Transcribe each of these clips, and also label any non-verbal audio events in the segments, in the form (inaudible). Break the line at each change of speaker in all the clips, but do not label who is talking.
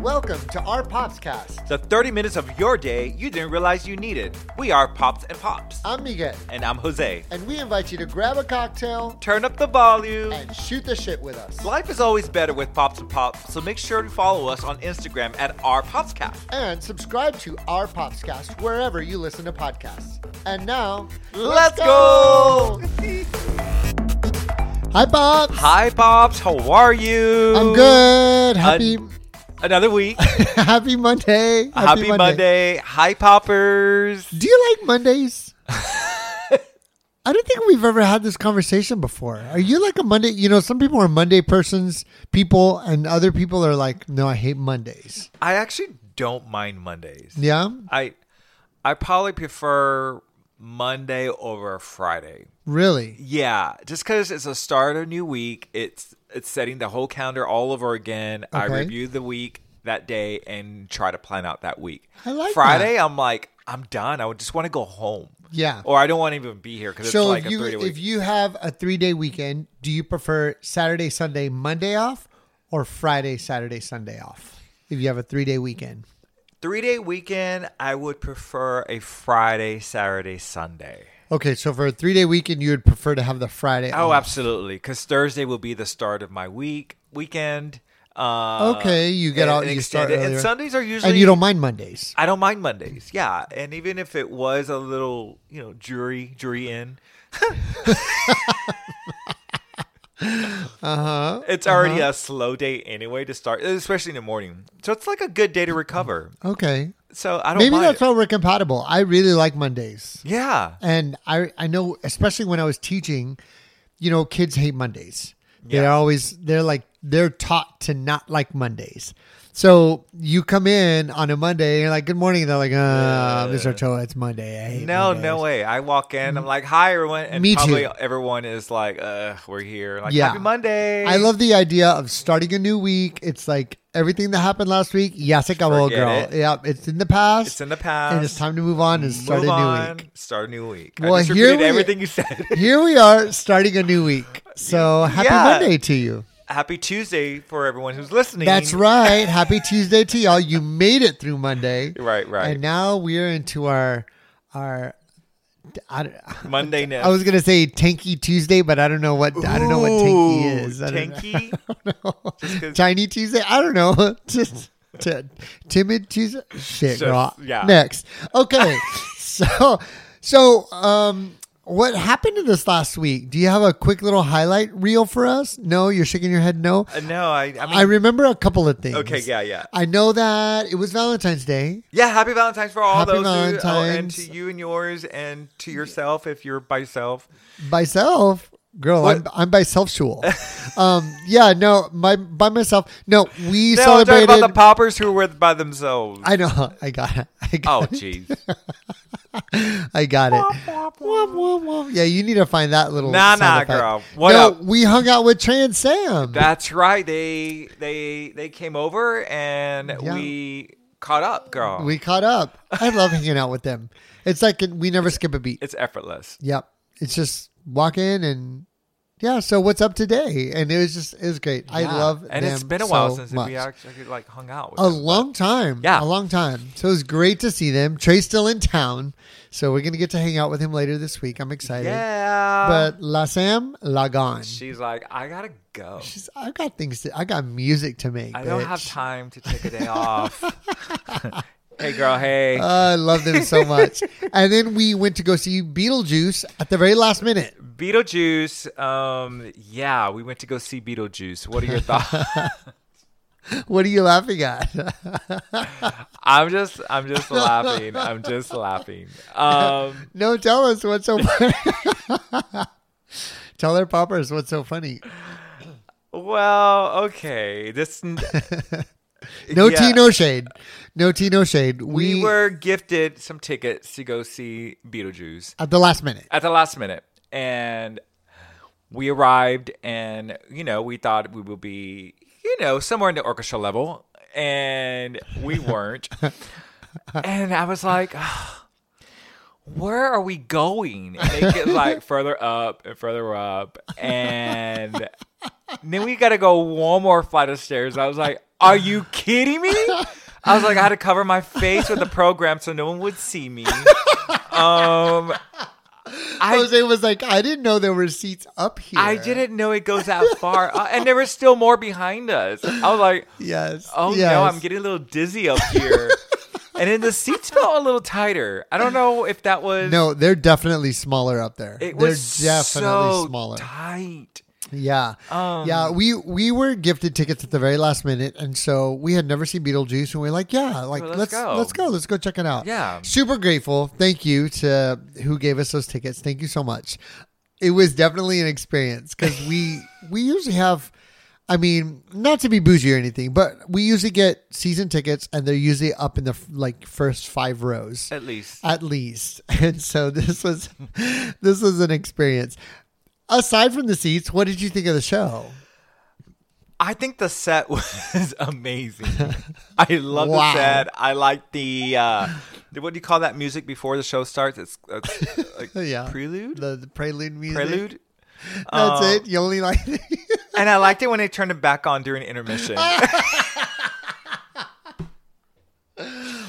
Welcome to our Popscast.
The 30 minutes of your day you didn't realize you needed. We are Pops and Pops.
I'm Miguel,
And I'm Jose.
and we invite you to grab a cocktail
Turn up the volume.
and shoot the shit with us.
Life is always better with Pops and Pops, so make sure to follow us on Instagram at our Popscast.
And subscribe to our Popscast wherever you listen to podcasts. And now,
Let's go!
Hi, Pops.
Hi, Pops. How are you?
I'm good. Happy, (laughs)
Another week. (laughs)
happy Monday.
Happy Monday. Hi, Poppers.
Do you like
(laughs)
Mondays? I don't think we've ever had this conversation before. Are you like a Monday? You know, some people are Monday persons, people, and other people are like, no, I hate Mondays.
I actually don't mind Mondays.
Yeah,
I, I probably prefer Monday over Friday.
really.
Yeah, just because it's a start of a new week, it's it's setting the whole calendar all over again. I
Okay.
review the week that day and try to plan out that week.
I like
Friday. I'm like, I'm done. I would just want to go home,
Yeah.
or I don't want to even be here because
So if
it's like a
you
three day
if
week.
you have a three day weekend, do you prefer Saturday, Sunday, Monday off, or Friday, Saturday, Sunday off? If you have a three day weekend,
three day weekend, I would prefer a Friday, Saturday, Sunday.
okay. So for a three day weekend, you would prefer to have the Friday.
Oh,
off.
absolutely, because Thursday will be the start of my week weekend. Uh,
Okay, you get
and-
out-
and
you start
extended. and
earlier.
Sundays are usually
and you don't mind Mondays.
I don't mind Mondays. Yeah, and even if it was a little, you know, jury jury in,
Uh huh.
it's already a slow day anyway to start, especially in the morning. So it's like a good day to recover.
Okay.
So I don't
Maybe
mind
that's
it.
why we're compatible. I really like Mondays.
yeah,
And I I know especially when I was teaching, you know, kids hate Mondays. They're
Yeah.
always they're like they're taught to not like Mondays. So you come in on a Monday and you're like, Good morning, and they're like, uh, Mr. Toa, it's Monday. I hate
no,
Mondays."
no way. I walk in, I'm like, "Hi, everyone," and
Mm-hmm. Me
probably
too.
everyone is like, "Uh, we're here." Like,
Yeah.
happy Monday.
I love the idea of starting a new week. It's like everything that happened last week, yes it girl.
Forget it.
Yep, it's in the past.
It's in the past.
and it's time to move on and start
Move
a new
on.
week.
Start a new week.
Well,
I just
here
repeated
we-
everything you said.
Here we are starting a new week.
(laughs)
So happy
Yeah.
Monday to you.
happy Tuesday for everyone who's listening.
That's right.
(laughs)
Happy Tuesday to y'all. You made it through Monday.
Right, (laughs) right.
And now we're into our our I, don't-
Monday night.
I was going to say Tanky Tuesday, but I don't know what I don't know what
Ooh,
Tanky is. I don't know.
Tanky. (laughs) Just 'cause-
Tiny Tuesday. I don't know. (laughs) Just t- timid Tuesday. Shit,
Just-
raw.
yeah.
Next.
(laughs)
Okay. so, so um, what happened to this last week? Do you have a quick little highlight reel for us? No, you're shaking your head. No.
Uh, no, I. I
(laughs)
mean,
I remember a couple of things.
Okay, yeah, yeah.
I know that it was Valentine's Day.
yeah. Happy Valentine's for all
Happy
those, who, oh, and
Valentine's.
to you and yours, and to yourself if you're by self.
Myself, girl, I'm I'm by
(laughs)
self-shul. um, yeah, no, my by myself. No, we
No, I'm talking
celebrated.
about the poppers who were by themselves.
I know. (laughs) I got it. I got
(laughs) oh,
it. (laughs)
jeez.
I got it. Womp, womp, womp. Yeah, you need to find that little.
Nah,
sound
nah,
effect.
girl. What
no,
up?
we hung out with Trey and Sam.
That's right. They they they came over and
Yeah.
we caught up, girl.
we caught up. I love hanging out with them. It's like we never skip a beat.
it's effortless.
Yep. It's just walk in and yeah. So what's up today? And it was just it was great. I
Yeah.
love
And it's
them
been a while
so
since
much.
we actually like hung out. With
a
them.
long time.
Yeah.
a long time. So it was great to see them. Trey's still in town, so we're gonna get to hang out with him later this week. I'm excited.
Yeah.
But La Sam, La Gone.
she's like, I gotta go.
She's, I got things to. I got music to make.
I don't
bitch.
have time to take a day off.
(laughs)
hey, girl. Hey.
Uh, I love them
(laughs)
so much. and then we went to go see Beetlejuice at the very last minute.
Beetlejuice. Um, yeah, we went to go see Beetlejuice. What are
(laughs)
your thoughts?
What are you laughing at? (laughs)
I'm just, I'm just laughing. I'm just laughing. Um,
no, tell us what's so (laughs) funny. tell our poppers what's so funny.
well, okay. This
No
Yeah.
tea, no shade. No tea, no shade. We,
we were gifted some tickets to go see Beetlejuice
at the last minute.
at the last minute, and we arrived, and you know, we thought we would be, you know, somewhere in the orchestra level, and we weren't. and I was like, (sighs) where are we going? And they get like further up and further up. And then we got to go one more flight of stairs. I was like, Are you kidding me? I was like, I had to cover my face with the program so no one would see me. Um, I-
Jose was like, I didn't know there were seats up here.
I didn't know it goes that far. Uh, and there was still more behind us. I was like,
Yes.
oh
yes.
no, I'm getting a little dizzy up here. and then the seats felt a little tighter. I don't know if that was.
No, they're definitely smaller up there.
it
they're
was
definitely
so
smaller.
tight.
Yeah.
Um,
yeah, we we were gifted tickets at the very last minute and so we had never seen Beetlejuice and we are like, yeah, like
Well,
let's
let's
let's go.
go.
let's go. check it out.
Yeah.
Super grateful. Thank you to who gave us those tickets. Thank you so much. It was definitely an experience cuz we (laughs) we usually have I mean, not to be bougie or anything, but we usually get season tickets and they're usually up in the f- like first 5 rows
At least.
at least. (laughs) And so this was (laughs) this was an experience. Aside from the seats, what did you think of the show?
I think the set (laughs) was amazing.
(laughs)
I love
Wow.
the set. I like the. Uh, the- what do you call that music before the show starts? It's, it's like
(laughs) Yeah.
prelude?
The, the prelude music.
prelude?
That's
Uh,
it. You only like (laughs)
And I liked it when they turned it back on during intermission.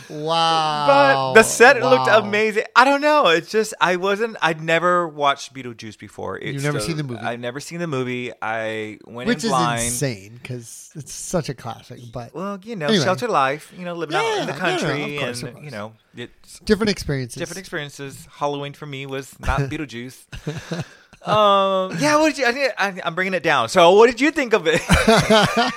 Wow.
But the set
Oh, Wow.
looked amazing. I don't know. It's just I wasn't. I'd never watched Beetlejuice before. It's
You've never seen the movie.
I've never seen the movie. I went
Which
in
is
blind.
insane because it's such a classic, but
Well, you know,
Anyway.
sheltered life. You know, living out in the
Yeah, no, no,
country,
of course, of
and
course.
you know, it's
different experiences.
different experiences. Halloween for me was
(laughs)
not Beetlejuice. um, yeah. What did you? I, think- I, I'm bringing it down. So, what did you think of it? (laughs)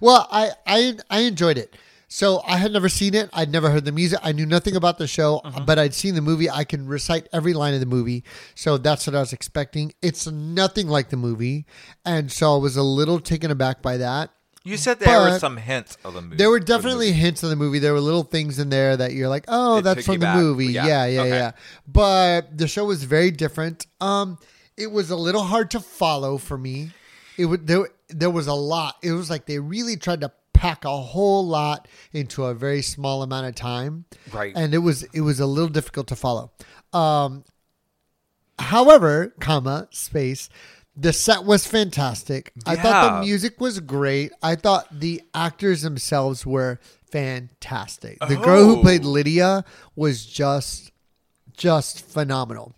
Well, I, I I enjoyed it. So I had never seen it. I'd never heard the music. I knew nothing about the show, uh,
Mm-hmm.
but I'd seen the movie. I can recite every line of the movie. So that's what I was expecting. It's nothing like the movie, and so I was a little taken aback by that.
you said there were
But-
some hints of the movie.
There were
of the
definitely hints of the movie. There were little things in there that you're like, oh,
It
that's
took
from
you
the
back.
movie. Yeah,
Yeah.
yeah, yeah,
Okay.
But the show was very different. Um, it was a little hard to follow for me. It would there there was a lot. It was like they really tried to pack a whole lot into a very small amount of time.
Right.
And it was it was a little difficult to follow. Um, however, comma space. The set was fantastic. I thought the
Yeah.
music was great. I thought the actors themselves were fantastic. The girl who
Oh.
played Lydia was just just phenomenal.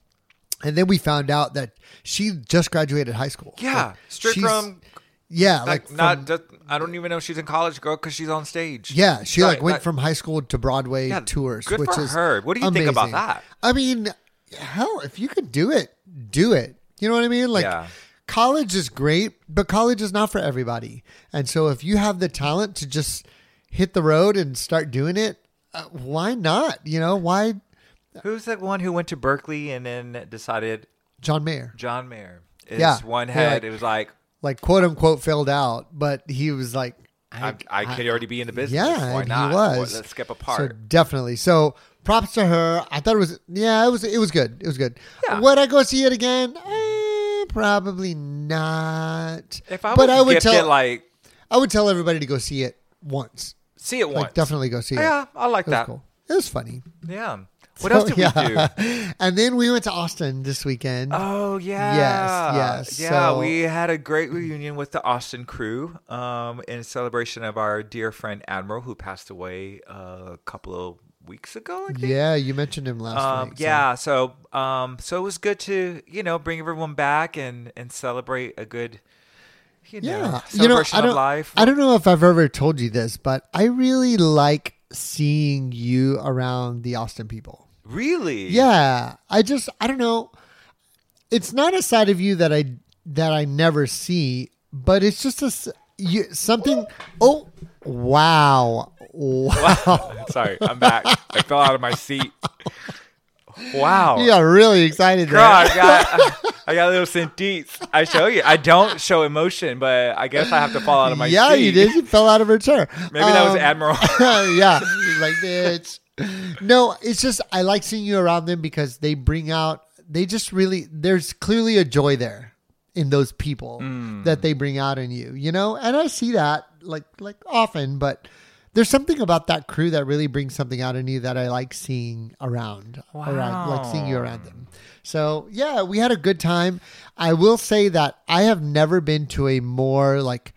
And then we found out that she just graduated high school.
Yeah,
Like,
straight
she's-
from
yeah,
like,
like,
not.
from-
just- I don't even know if she's in college, girl, because she's on stage.
yeah, she like
Right,
went
like-
from high school to Broadway
Yeah,
tours,
good
which
for
is
her. What do you think about
amazing.
that?
I mean, hell, if you could do it, do it. You know what I mean? Like
Yeah.
college is great, but college is not for everybody. And so if you have the talent to just hit the road and start doing it, uh, why not? You know, why
Who's that one who went to Berkeley and then decided
John Mayer?
John Mayer is
Yeah.
one
Yeah,
head?
like-
it was like
Like quote unquote failed out, but he was like
I, I could already be in the business.
Yeah,
why
and
not?
he was.
Well, let's skip a
So
part.
definitely. So props to her. I thought it was yeah, it was it was good. It was good.
Yeah.
Would I go see it again? Eh, probably not.
if I
but
was
I would
gifted,
tell
like
I would tell everybody to go see it once.
see it once.
Like definitely go see it.
Yeah, I like
It was
that.
cool. It was funny.
Yeah. What
So,
else did we do?
(laughs) yeah. And then we went to Austin this weekend.
Oh yeah.
yes,
Yeah,
so-
we had a great reunion with the Austin crew um, in celebration of our dear friend Admiral who passed away uh, a couple of weeks ago, I think.
yeah, you mentioned him last
um,
week. so-
yeah so um so it was good to you know bring everyone back and and celebrate a good you know
Yeah, you know,
celebration
I don't,
of life
I don't know if I've ever told you this, but I really like seeing you around the Austin people.
really (laughs)
Yeah, I just I don't know. It's not a side of you that I that I never see, but it's just a s- you, something. Oh, wow, wow!
sorry i'm back i fell out of my seat wow
(laughs) you got really excited there.
God, I (laughs) got I got a little senteets. I show you. I don't show emotion, but I guess I have to fall out of my
yeah,
seat.
you did. You fell out of her chair.
Maybe that was
Um,
Admiral.
(laughs) yeah, he's like bitch. No, it's just I like seeing you around them because they bring out. They just really there's clearly a joy there in those people that they bring out in you, you know. And I see that like like often, but there's something about that crew that really brings something out in you that I like seeing around, around like seeing
Oh.
you around them. So yeah, we had a good time. I will say that I have never been to a more like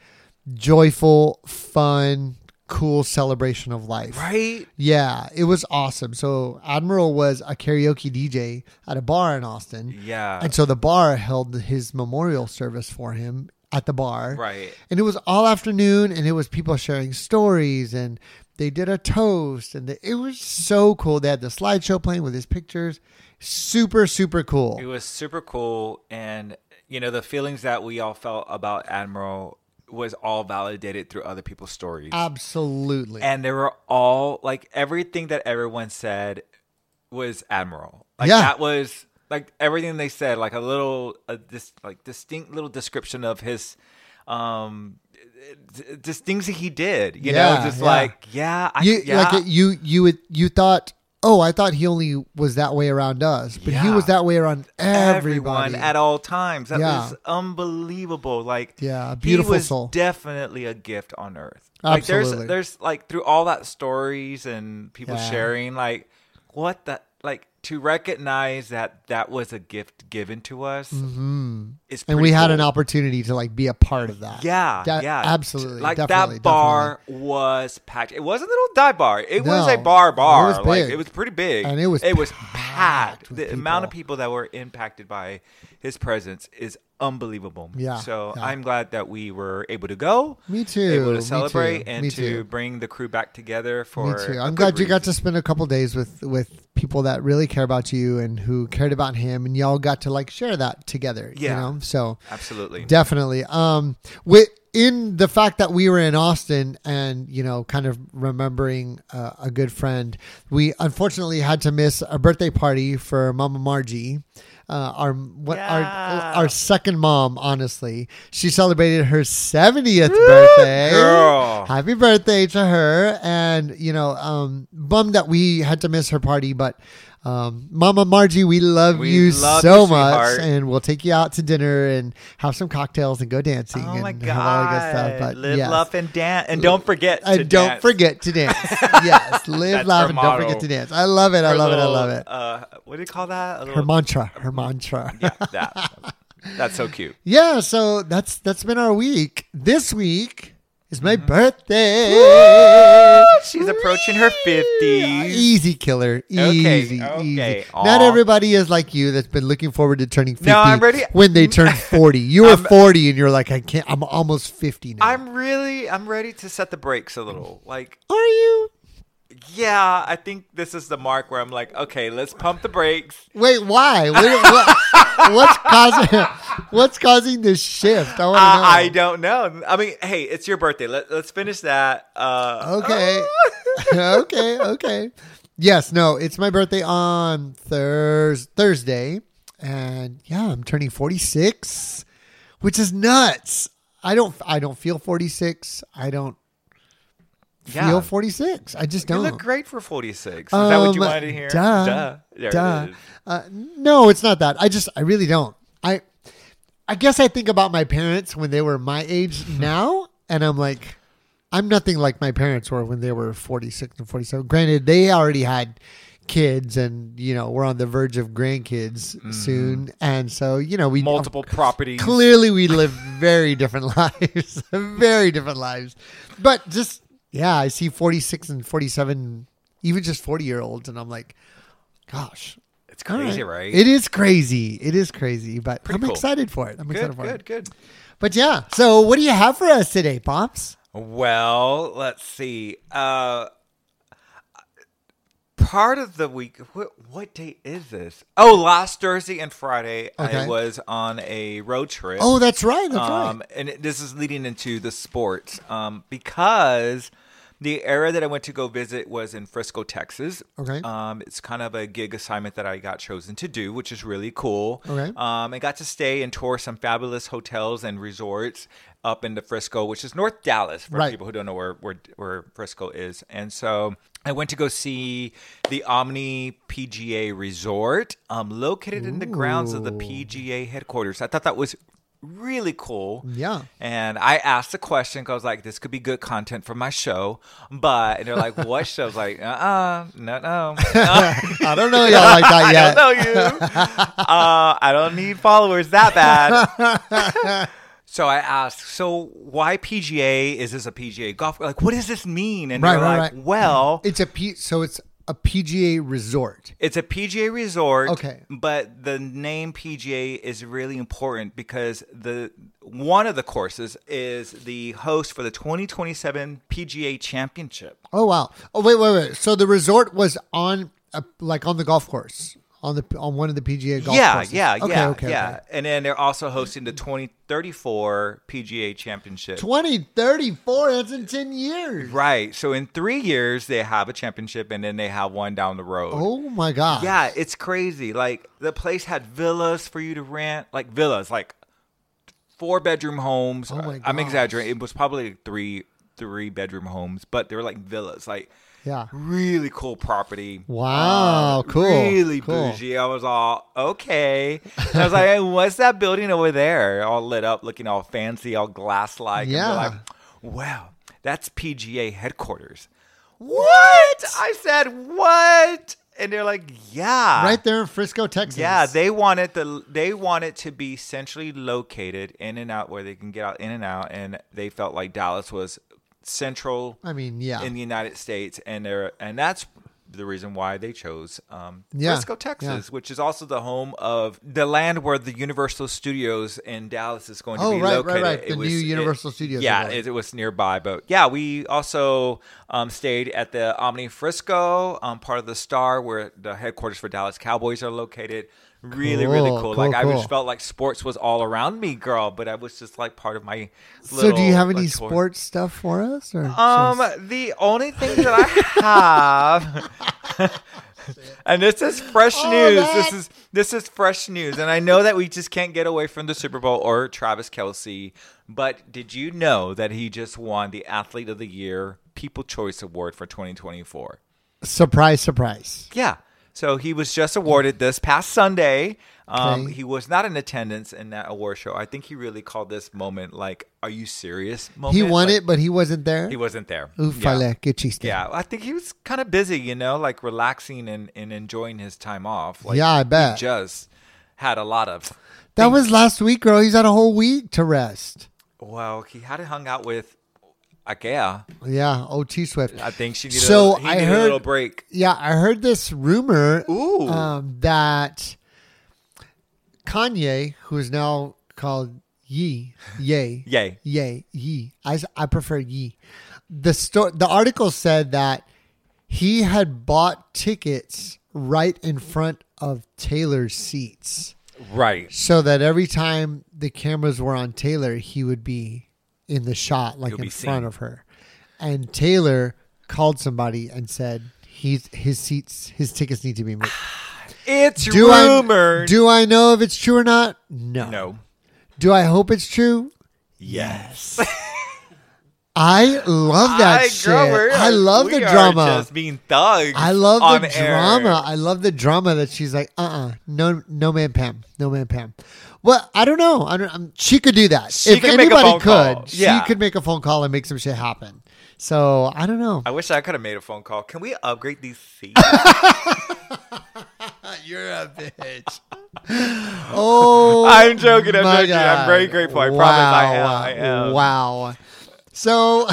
joyful, fun cool celebration of life.
(laughs) right?
Yeah, it was awesome. So Admiral was a karaoke DJ at a bar in Austin.
Yeah.
And so the bar held his memorial service for him at the bar.
Right.
And it was all afternoon and it was people sharing stories and they did a toast and the, it was so cool. They had the slideshow playing with his pictures. Super, super cool.
It was super cool, and you know the feelings that we all felt about Admiral was all validated through other people's stories,
Absolutely.
and they were all like everything that everyone said was Admiral. Like
Yeah.
that was like everything they said, like a little a dis- like distinct little description of his um d- just things that he did you
Yeah,
know just
yeah.
like yeah I,
you
yeah
like you you would you thought oh i thought he only was that way around us but he
Yeah.
was that way around everybody
everyone at all times. That
Yeah.
was unbelievable. Like
Yeah, a beautiful
he was
soul.
Definitely a gift on earth.
Absolutely.
Like there's there's like through all that stories and people
Yeah.
sharing like what the like to recognize that that was a gift given to us is
Mm-hmm. and
pretty
we had
cool.
an opportunity to like be a part of that
yeah,
That-
yeah,
absolutely
Like
definitely,
that bar was packed. It wasn't a little dive bar. It was
No,
a bar bar.
it was
like
big.
it was pretty big,
And it was
it was
packed
packed.
with
The amount of
people.
people that were impacted by his presence is unbelievable.
Yeah,
So
yeah.
I'm glad that we were able to go.
Me too,
Able
me
to celebrate
too, me
and to
too.
bring the crew back together for.
definitely. me too i'm glad you got to spend a couple days with with people that really care about you and who cared about him and y'all got to like share that together
Yeah.
you know so
Absolutely.
Definitely. Um, with in the fact that we were in Austin and you know, kind of remembering uh, a good friend, we unfortunately had to miss a birthday party for Mama Margie. Uh, our what,
Yeah.
our our second mom, honestly, she celebrated her seventieth birthday.
girl.
Happy birthday to her! And you know, um, bummed that we had to miss her party, but um, Mama Margie, we love
We
you
love
so
you,
much,
sweetheart.
and we'll take you out to dinner and have some cocktails and go dancing.
Oh
and
my
have all that good
god!
stuff. But
Live,
yes.
love, and dance, and don't forget. To
and don't
dance.
forget to
(laughs)
dance. yes, live,
That's
laugh,
her
and don't forget
motto.
to dance. I love it. I
Her
love it. I
little,
love it.
Uh, what do you call that? A
Her
little-
mantra. Her mantra.
yeah, that. That's so cute.
Yeah, so that's that's been our week. This week is my birthday.
Mm-hmm. She's approaching her 50s.
Easy killer.
Okay,
Easy.
okay,
Easy.
aw.
Not everybody is like you that's been looking forward to turning 50
No, I'm ready-
when they
(laughs)
turn 40. You were 40 and you're like, I can't, I'm almost 50 now.
(laughs) I'm really, I'm ready to set the brakes a little. Like,
Are you?
yeah, I think this is the mark where I'm like, okay, let's pump the brakes.
Wait, why? What,
(laughs)
what- what's causing What's causing this shift? I want to know.
Uh, I, I don't know. I mean, hey, it's your birthday. Let, let's finish that. Uh,
Okay. (laughs) okay. Okay. Yes. No. It's my birthday on Thurs Thursday, and yeah, I'm turning 46, which is nuts. I don't. I don't feel 46. I don't
yeah.
feel 46. I just
You
don't.
look great for 46. Is that what you
Um,
wanted to hear?
Duh.
There
duh.
it is.
Uh, no, it's not that. I just. I really don't. I. I guess I think about my parents when they were my age now, and I'm like, I'm nothing like my parents were when they were 46 and 47. Granted, they already had kids, and you know, we're on the verge of grandkids soon, and so you know, we
Multiple properties.
(laughs) clearly we live very different (laughs) lives, very different lives. But just yeah, I see 46 and 47, even just 40 year olds, and I'm like, gosh.
It's
all
crazy, right?
It is crazy. It is crazy, but
Pretty
I'm
cool.
excited for it. I'm excited
Good,
for it.
good, good.
But yeah, so what do you have for us today, Pops?
Well, let's see. Uh Part of the week. What what day is this? Oh, last Thursday and Friday,
Okay.
I was on a road trip.
Oh, that's right. That's
um, and it- this is leading into the sports um, because the area that I went to go visit was in Frisco, Texas.
Okay.
Um, it's kind of a gig assignment that I got chosen to do, which is really cool.
Okay.
Um, I got to stay and tour some fabulous hotels and resorts up in the Frisco, which is North Dallas for
Right.
people who don't know where, where where Frisco is. And so I went to go see the Omni PGA Resort, um, located in the grounds of the
Ooh.
PGA headquarters. I thought that was really cool.
Yeah.
And I asked the question 'cause I was like, this could be good content for my show. But, and they're
(laughs)
like, what show? I was like, uh uh no, no.
right.
(laughs)
I don't know y'all like that
I
yet.
(laughs) don't know you. uh, I don't need followers that bad. (laughs) So I asked, so why PGA? Is this a PGA golf? Like, what does this mean? And
Right,
they're
right,
like,
right. Mm-hmm.
well,
It's a P. So it's a PGA resort.
It's a PGA resort.
Okay.
But the name PGA is really important because the one of the courses is the host for the 2027 PGA Championship.
Oh wow! Oh wait, wait, wait. So the resort was on, a, like, on the golf course, on the on one of the PGA golf
yeah,
courses.
yeah,
okay,
yeah,
okay,
yeah.
Okay.
And then they're also hosting the 2034 PGA Championship.
Twenty thirty four. That's in ten years.
right. So in 3 years they have a championship and then they have one down the road.
Oh my god.
Yeah, it's crazy. Like the place had villas for you to rent, like villas, like four bedroom homes.
Oh my
I'm
gosh.
exaggerating. It was probably like three three bedroom homes, but they were like villas, like
Yeah.
Um, really cool property.
Wow, Oh, cool,
Really
cool.
bougie. I was all okay. And I was like, hey, what's that building over there? All lit up, looking all fancy, all glass like.
Yeah.
like, wow, that's PGA headquarters. What? I said, what? And they're like, yeah.
Right there in Frisco, Texas.
Yeah, they want it the they want it to be centrally located in and out where they can get out in and out and they felt like Dallas was central
I mean, yeah.
in the United States and they're and that's the reason why they chose um,
Yeah,
Frisco, Texas, which is also the home of the land where the Universal Studios in Dallas is going to
Oh,
be
right, right,
located.
right. The new Universal Studios
Yeah,
are there.
it, it was nearby, but yeah, we also um, stayed at the Omni Frisco, um, part of the Star, where the headquarters for Dallas Cowboys are located. Really, really
Cool,
cool.
cool,
like I
cool.
just felt like sports was all around me, girl. But I was just like part of my.
so, do you
little,
have any
like, tour.
sports stuff for us? Or
Um,
just-
the only thing that I have, (laughs) and this is fresh
Oh,
news.
that-
This is this is fresh news, and I know that we just can't get away from the Super Bowl or Travis Kelsey. But did you know that he just won the Athlete of the Year People Choice Award for 2024?
surprise, surprise.
Yeah. So he was just awarded this past Sunday. Um,
Okay.
He was not in attendance in that award show. I think he really called this moment like, "Are you serious?" Moment.
He won
Like,
it, but he wasn't there.
He wasn't there. Yeah.
Ufale, que chiste.
Yeah, I think he was kind of busy, you know, like relaxing and, and enjoying his time off. Like,
Yeah, I
he
bet.
just had a lot of.
that was last week, girl. He's had a whole week to rest.
Well, he had hung out with Ikea.
Yeah, OT Swift.
I think she needed,
So
a, he
I
needed
heard-
a little break.
Yeah, I heard this rumor
Ooh.
Um, that Kanye, who is now called Ye, Ye,
Yay.
Ye, Ye. I, s- I prefer Ye. The sto- the article said that he had bought tickets right in front of Taylor's seats,
Right.
so that every time the cameras were on Taylor, he would be in the shot, like
He'll
in
be
front
seen.
of her. And Taylor called somebody and said. He's, his seats, his tickets need to be moved.
It's
Do I
Ah, rumored.
do I know if it's true or not? No.
no.
Do I hope it's true?
Yes.
I love that shit.
we're-
I love
we
the
are
drama.
Just being thugs.
I love
on
the
air.
drama. I love the drama that she's like, uh, uh no, no man, Pam, no man, Pam. Well, I don't know. I don't. I'm, she could do that.
She
if
could make a
anybody
phone
could,
call. Yeah.
she could make a phone call and make some shit happen. So I don't know.
I wish I could have made a phone call. Can we upgrade these seats?
(laughs) You're a bitch. (laughs) oh,
I'm joking, I'm
my
joking. I'm
God.
very grateful. I promise I am, I am.
Wow. So,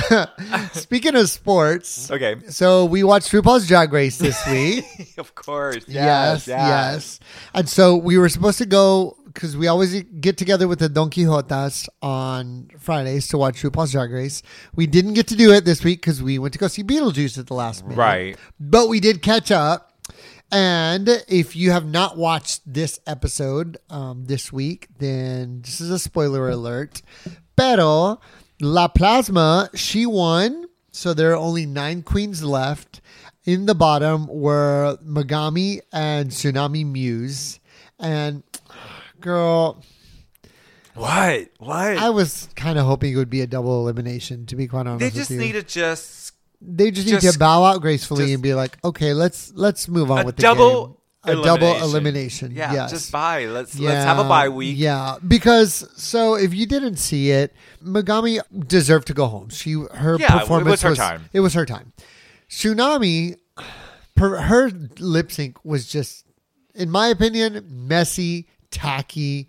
(laughs) speaking of sports,
(laughs) okay.
so we watched RuPaul's Drag Race this week.
Of course.
yes, yes, And so we were supposed to go because we always get together with the Don Quixotas on Fridays to watch RuPaul's Drag Race. We didn't get to do it this week because we went to go see Beetlejuice at the last minute.
Right.
But we did catch up. And if you have not watched this episode um, this week, then this is a spoiler alert. Pero La Plasma, she won. So there are only nine queens left. In the bottom were Megami and Tsunami Muse. And girl,
What? What?
I was kind of hoping it would be a double elimination, to be quite honest.
They
with
just
you.
need to just
they just need
Just-
to bow out gracefully
just-
and be like, okay, let's let's move on
a
with the
double
game. a double elimination.
Yeah,
yes.
just buy. Let's let's have a
Yeah,
bye week.
Yeah, because so if you didn't see it, Megami deserved to go home. She her
Yeah, it
performance
was her time.
It was her time. Tsunami, per, her lip sync was just, in my opinion, messy, tacky.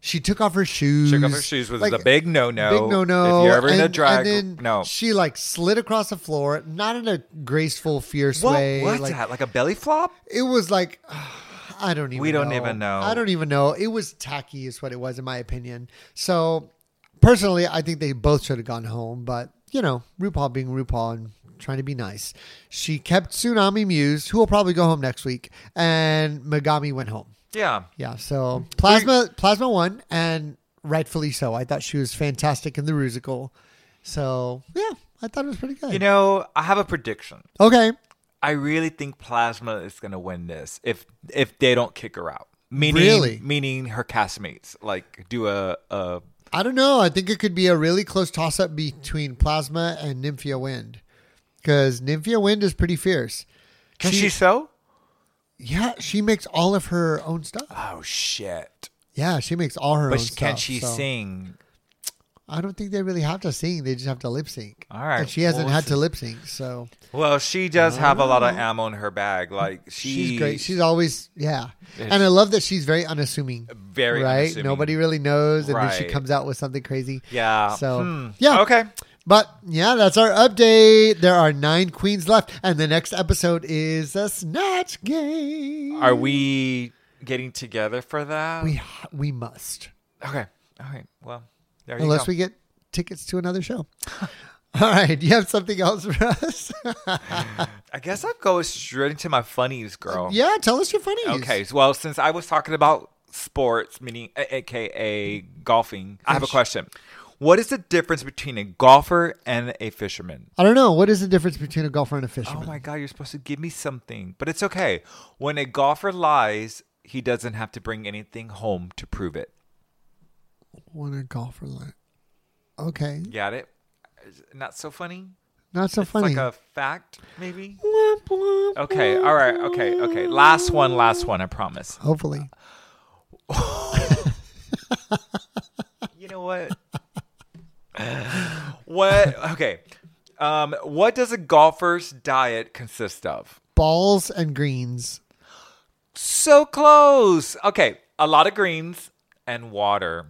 She took off her shoes.
Took off her shoes was
Like,
a big no no.
Big no no.
If you're ever in a
And- and
drag,
then
no.
She like slid across the floor, not in a graceful, fierce
What
way.
was
like,
that? Like a belly flop?
It was like (sighs) I don't even.
We don't
know.
even know.
I don't even know. It was tacky, is what it was in my opinion. So personally, I think they both should have gone home. But you know, RuPaul being RuPaul and trying to be nice, she kept Tsunami Muse, who will probably go home next week, and Megami went home.
Yeah.
Yeah. So plasma, plasma won, and rightfully so. I thought she was fantastic in the musical. So yeah, I thought it was pretty good.
You know, I have a prediction.
okay.
I really think Plasma is going to win this if if they don't kick her out. Meaning,
Really?
meaning her castmates like do a, a
I don't know. I think it could be a really close toss up between Plasma and Nymphia Wind. Because Nymphia Wind is pretty fierce.
can
She-
she sew?
Yeah, she makes all of her own stuff.
Oh shit!
Yeah, she makes all her
But
own
she- can
stuff,
she
so-
sing?
I don't think they really have to sing. They just have to lip sync.
All right,
And she hasn't
we'll
had to
see.
lip sync. So
Well, she does have a lot of ammo in her bag. Like she,
she's great. She's always, yeah. And I love that she's very unassuming.
Very
Right?
unassuming.
Nobody really knows. And then she
Right.
comes out with something crazy.
yeah.
So,
Hmm.
yeah.
okay.
But yeah, that's our update. There are nine queens left, and the next episode is a snatch game.
Are we getting together for that?
we we must
okay. All right. Well, there you
unless
go.
we get tickets to another show. (laughs) All right, you have something else for
(laughs)
us?
I guess I'll go straight into my funnies, girl.
yeah, tell us your funnies.
Okay. so- Well, since I was talking about sports, meaning a- aka golfing, I have a
Fish.
question. What is the difference between a golfer and a fisherman?
I don't know what is the difference between a golfer and a fisherman.
Oh my god, you're supposed to give me something, but it's okay. When a golfer lies, he doesn't have to bring anything home to prove it.
When a golfer like, okay,
Got it? Is it Not so funny.
not so
It's
funny.
like a fact, maybe.
Womp, womp,
Okay.
womp.
All right. Okay. Okay. Last one. Last one. I promise.
Hopefully,
You know what? (laughs) what? Okay. Um, what does a golfer's diet consist of?
balls and greens.
So close. Okay, a lot of greens and water.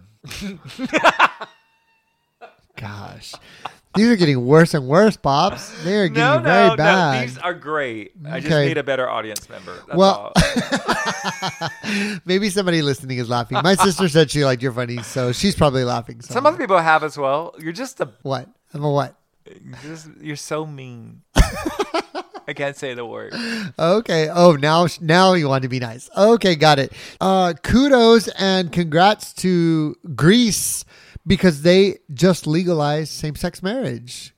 Gosh. These are getting worse and worse, Bobs. They are getting
No,
very
no,
bad.
no. These are great. I just
Okay.
need a better audience member. That's
Well- (laughs)
all.
Maybe somebody listening is laughing. My sister said she liked your funnies, so she's probably laughing.
some other people have as well. You're just a.
what? I'm a what?
you're just- you're
(laughs)
so mean. I can't say the word.
Okay. Oh, now now you want to be nice. Okay, got it. Uh, kudos and congrats to Greece because they just legalized same-sex marriage.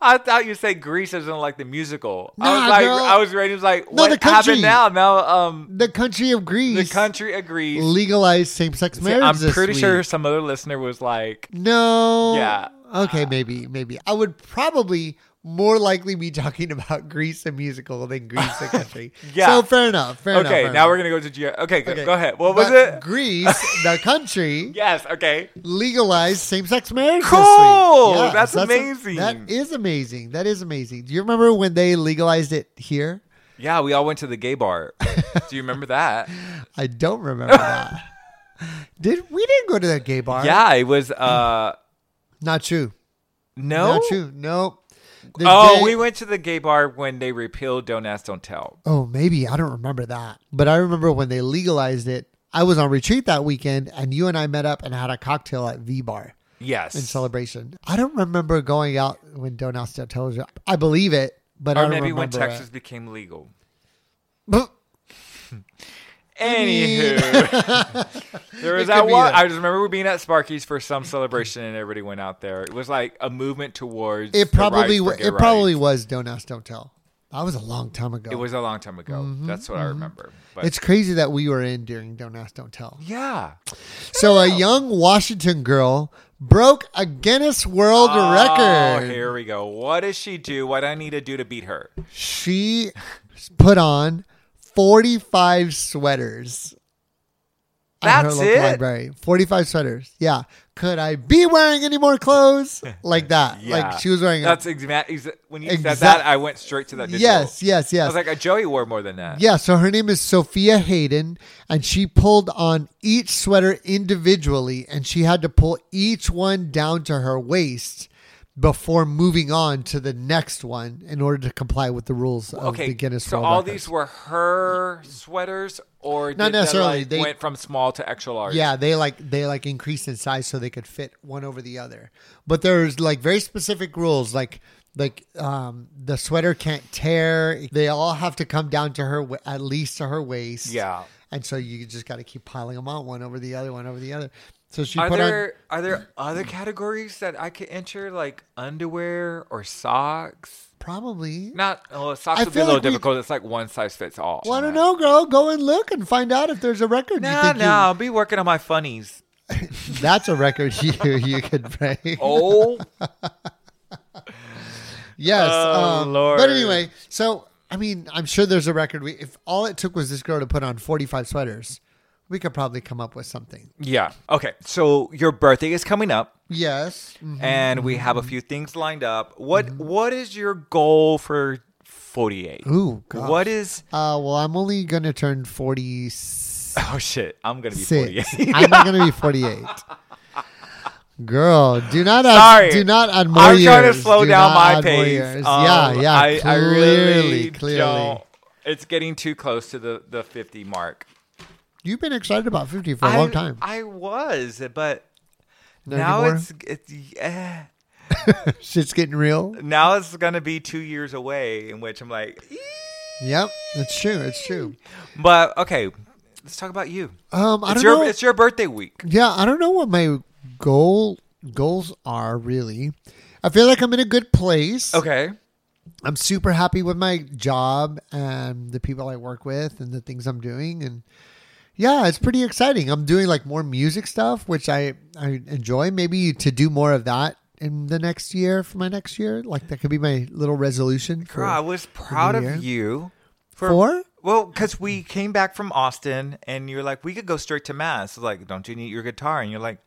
I thought you said Greece isn't like the musical. I
Nah,
was like,
girl.
I was ready. I was like,
No,
what
the country.
happened now? Now, um,
The country of
the
Greece
country agrees.
legalized same-sex
See,
marriage.
I'm
this
pretty
week.
sure some other listener was like,
No.
Yeah.
Okay, maybe, maybe. I would probably more likely be talking about Greece the musical than Greece the country.
(laughs) Yeah.
So fair enough. Fair enough. fair
okay, now
enough.
we're going to go to Geo. Okay, go,
Okay.
go ahead. What was
But
it? (laughs)
Greece, the country,
Yes, okay.
legalized same-sex marriage. this week.
Cool! That's amazing.
that is amazing. That is amazing. Do you remember when they legalized it here?
Yeah, we all went to the
(laughs)
gay bar. Do you remember that?
I don't remember
(laughs)
that. Did we didn't go to that gay bar?
Yeah, it was, uh,
Not true.
no.
Not true. Nope. The
Oh,
day-
we went to the gay bar when they repealed Don't Ask, Don't Tell.
Oh, maybe. I don't remember that. But I remember when they legalized it, I was on retreat that weekend and you and I met up and had a cocktail at V Bar
Yes.
in celebration. I don't remember going out when Don't Ask Don't Tell was- I believe it, but I
or
don't
maybe
remember.
when Texas
it.
became legal.
But-
Anywho,
(laughs)
there was
It
that
could be
one.
that.
I just remember we being at Sparky's for some celebration, and everybody went out there. It was like a movement towards
It
the
probably
rights
wa-
for gay
it probably
rights.
was Don't Ask Don't Tell. That was a long time ago.
it was a long time ago. That's what I remember. But
Mm-hmm, It's crazy that we were in during Don't Ask Don't Tell.
yeah,
So a young Washington girl broke a Guinness World
Oh,
Record.
here we go. What does she do? What I need to do to beat her?
She put on 45 sweaters. at her
That's
local
it?
library. 45 sweaters. Yeah. Could I be wearing any more
(laughs)
clothes like that? Like she was wearing.
That's exactly when you said
Exact-
that. I went straight to that. Digital.
yes, yes,
I
yes.
was like, uh, Joey wore more than that.
Yeah, so her name is Sophia Hayden, and she pulled on each sweater individually, and she had to pull each one down to her waist before moving on to the next one in order to comply with the rules of
Okay.
the Guinness
so
World
all
Records.
these were her sweaters, or did
Not
they,
necessarily,
like,
they-
went from small to extra large.
Yeah, they like they like increased in size so they could fit one over the other. But there's like very specific rules, like like um, the sweater can't tear. They all have to come down to her wa- at least to her waist.
Yeah.
and so you just got to keep piling them on one over the other, one over the other. So she
Are
put
there are there other categories that I could enter, like underwear or socks?
on probably.
Not oh, socks
I
would be a
feel
little
like we-
difficult. It's like one size fits all.
Well, I don't know, girl. Go and look and find out if there's a record. you
No,
think
no, I'll be working on my funnies.
you, (laughs) that's a record (laughs) you you could break. (laughs)
Oh,
Yes.
Oh,
um,
Lord.
But anyway, so I mean, I'm sure there's a record. We, if all it took was this girl to put on 45 sweaters, we could probably come up with something.
yeah. Okay, so your birthday is coming up.
Yes. Mm.
and we have a few things lined up. What
Mm-hmm.
what is your goal for 48?
Ooh, gosh.
What is (laughs)
Uh, well, I'm only gonna turn 46.
Oh shit, I'm going to be (laughs) 48.
I'm not gonna be 48.
(laughs)
Girl, do not add,
Sorry.
do not add more
I'm
years.
trying to slow
Do
down
not
my
add more
pace.
years.
Um,
yeah, yeah.
I, I really
clearly, clearly.
don't. It's getting too close to the, the 50 mark.
You've been excited about 50 for a
I-
long time.
I was, but
Not
now
anymore?
it's it's yeah.
Shit's getting real.
now it's going to be 2 years away in which I'm like, "Ee."
Yep, it's true. It's true.
but okay, let's talk about you.
Um, I
It's
don't
your
know.
it's your birthday week.
Yeah, I don't know what my goal goals are really. I feel like I'm in a good place.
Okay.
I'm super happy with my job and the people I work with and the things I'm doing and yeah, it's pretty exciting. I'm doing like more music stuff, which I I enjoy. Maybe to do more of that in the next year for my next year, like that could be my little resolution. For,
Girl, I was proud
year.
of you. For,
For?
Well, because we came back from Austin and you're like, we could go straight to Mass. It's like, don't you need your guitar? And you're like,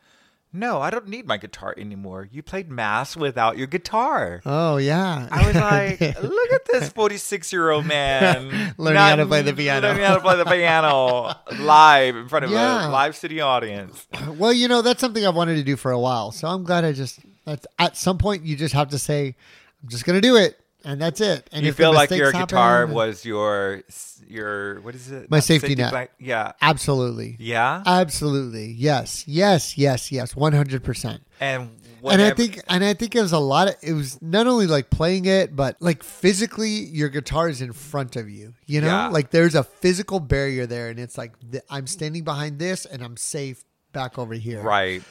no, I don't need my guitar anymore. You played Mass without your guitar.
oh yeah,
I was
(laughs) did.
like, look at this 46 year old man.
(laughs) Learning how to play the piano.
Learning how to play the piano live in front of
Yeah.
a live city audience.
Well, you know, that's something I've wanted to do for a while. So I'm glad I just that's at some point you just have to say, I'm just gonna do it and that's it. And
You
if the
feel like
mistakes
your
happen-
guitar was your, your, what is it?
My
Not
safety net.
blank- Yeah.
Absolutely.
Yeah.
Absolutely. Yes. Yes. Yes. Yes. One hundred percent.
And,
And I
whatever-
think and I think it was a lot of it was not only like playing it, but like physically your guitar is in front of you. You know?
Yeah.
Like there's a physical barrier there and it's like th- I'm standing behind this and I'm safe back over here.
Right.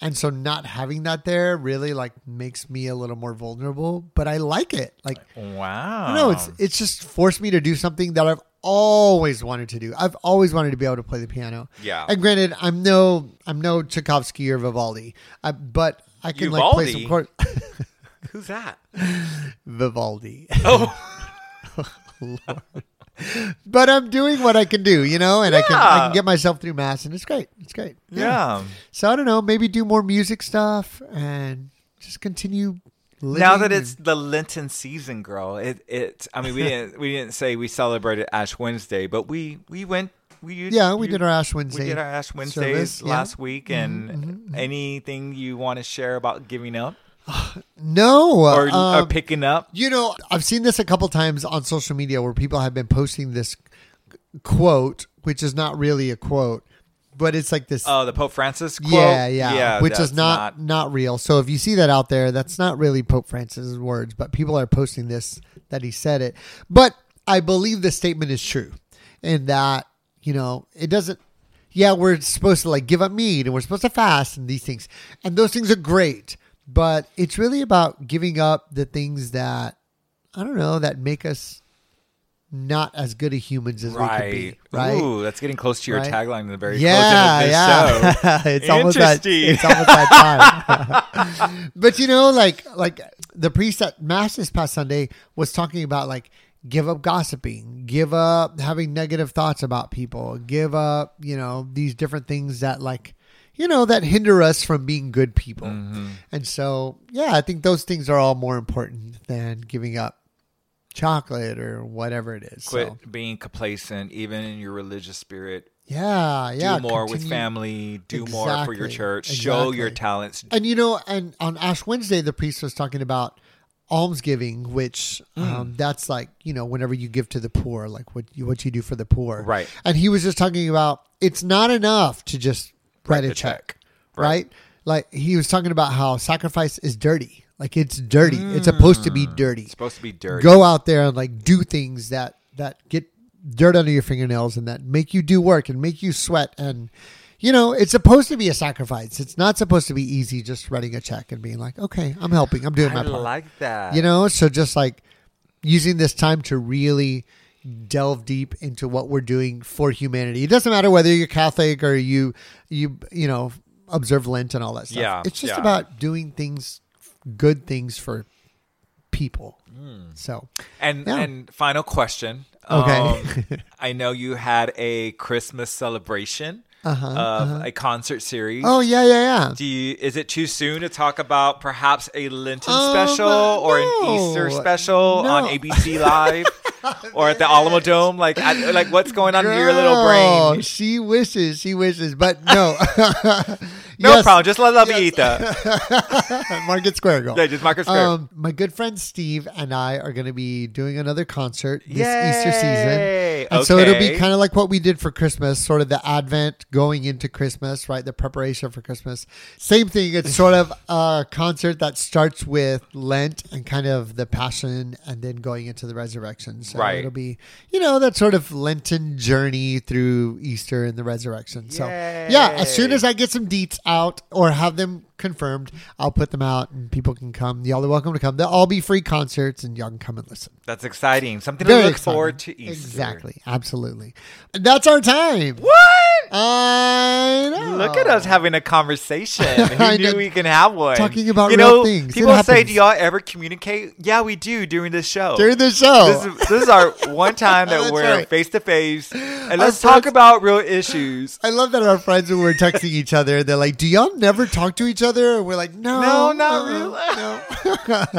And so not having that there really like makes me a little more vulnerable, but I like it. Like
Wow.
no, it's it's just forced me to do something that I've always wanted to do. I've always wanted to be able to play the piano.
Yeah.
And granted, I'm no I'm no Tchaikovsky or Vivaldi. I, but I can like play some chords.
Vivaldi? who's that?
(laughs) Vivaldi. (laughs)
Oh,
but I'm doing what I can do, you know, and I can I
Yeah.
can get myself through mass and it's great. It's great.
yeah.
So I don't know, maybe do more music stuff and just continue living
Now that
and-
it's the Lenten season, girl, it it's. I
(laughs)
mean, we didn't we didn't say we celebrated Ash Wednesday, but we we went. We
Yeah, we
you-
did our Ash Wednesday.
we did our Ash Wednesdays
service, yeah. Mm-hmm,
last week, and anything you want to share about giving up
No,
or,
um,
or picking up?
you know, I've seen this a couple times on social media where people have been posting this quote, which is not really a quote, but it's like this.
Oh, the Pope Francis quote.
yeah, yeah, which is
that's
not, not real. So if you see that out there, that's not really Pope Francis' words, but people are posting this that he said it. But I believe the statement is true, in that you know it doesn't. Yeah, we're supposed to like give up meat and we're supposed to fast and these things, and those things are great. But it's really about giving up the things that I don't know that make us not as good of humans as we could
right.
be. Right?
Ooh, that's getting close to your
Right.
tagline in the very
yeah,
close end of this show.
(laughs) yeah. it's almost that.
Interesting.
It's almost that time.
(laughs)
but you know, like like the priest at mass this past Sunday was talking about like give up gossiping, give up having negative thoughts about people, give up, you know, these different things that like, you know, that hinder us from being good people.
Mm-hmm.
And so, yeah, I think those things are all more important than giving up chocolate or whatever it is.
Quit
So,
being complacent, even in your religious spirit.
yeah,
Do
yeah.
more with
continue-
family. Do more for
Exactly,
your church. Show your
exactly.
talents.
And you know, and on Ash Wednesday, the priest was talking about almsgiving, which um, that's like you know, whenever you give to the poor, like what you, what you do for the poor,
Right.
And he was just talking about it's not enough to just write, a
the
check,
check.
right? Like he was talking about how sacrifice is dirty, like it's dirty. It's supposed to be dirty.
It's supposed to be dirty.
Go out there and like do things that that get dirt under your fingernails and that make you do work and make you sweat and you know it's supposed to be a sacrifice. It's not supposed to be easy just writing a check and being like, okay, I'm helping, I'm doing
I
my part.
like that.
you know, so just like using this time to really delve deep into what we're doing for humanity. It doesn't matter whether you're Catholic or you you you know observe Lent and all that stuff.
Yeah,
it's just
yeah.
about doing things, good things for people.
Hmm.
So
And
Yeah.
and final question.
Okay. (laughs)
Um, I know you had a Christmas celebration of a concert series.
Uh-huh, oh yeah yeah yeah.
Do you, is it too soon to talk about perhaps a Lenten
Um,
special or an
no.
Easter special on
No. (laughs)
ABC Live or at the Alamodome? Like, I, like what's going on in your little
Girl,
brain?
She wishes, she wishes, but no. (laughs)
No
Yes,
problem. Just let love be
(laughs)
eat that.
Market Square girl.
Yeah, just mark it square.
Um, my good friend Steve and I are going to be doing another concert this Easter
Yay!
season. And so it'll be
Okay.
kind of like what we did for Christmas, sort of the Advent going into Christmas, right? The preparation for Christmas. Same thing. It's sort of a concert that starts with Lent and kind of the Passion and then going into the resurrection. So
Right.
it'll be, you know, that sort of Lenten journey through Easter and the resurrection. So, yeah, as soon
Yay.
as I get some deets out or have them confirmed, I'll put them out and people can come. Y'all are welcome to come. They'll all be free concerts and y'all can come and listen.
That's exciting. Something to
Very
look
exciting.
forward to Easter.
Exactly. Absolutely. And that's our time.
What?
I know.
Look at us having a conversation. Who
Oh. (laughs) I
knew
know.
we can have one?
Talking about
you
real
know,
things. It
People say,
happens.
"Do y'all ever communicate?" Yeah, we do during the show.
During the show.
this is, this
(laughs)
is our one time
That's
that we're
right.
face to face, and
Our
let's talk
friends-
about real issues.
I love that our friends when we're texting each other, they're like, "Do y'all never talk to each other?" And we're like, "No,
No, not
uh-uh,
really."
No.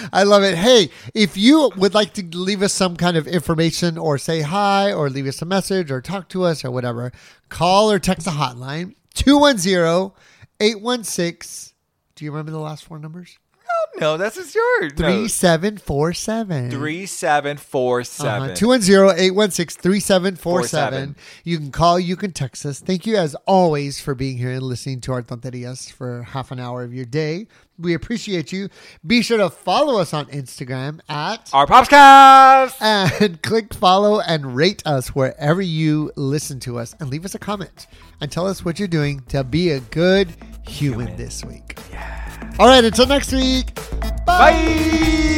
(laughs) I love it. Hey, if you would like to leave us some kind of information, or say hi, or leave us a message, or talk to us, or whatever, call or text the hotline 210-816. Do you remember the last four numbers?
Oh, No, this is yours.
Three seven four seven.
three seven four
Uh-huh.
seven.
210-816-3747. You can call, you can text us. Thank you as always for being here and listening to our tonterias for half an hour of your day. We appreciate you. Be sure to follow us on Instagram at
Our popscast.
and click follow and rate us wherever you listen to us and leave us a comment and tell us what you're doing to be a good human, this week. All right, until next week.
Bye.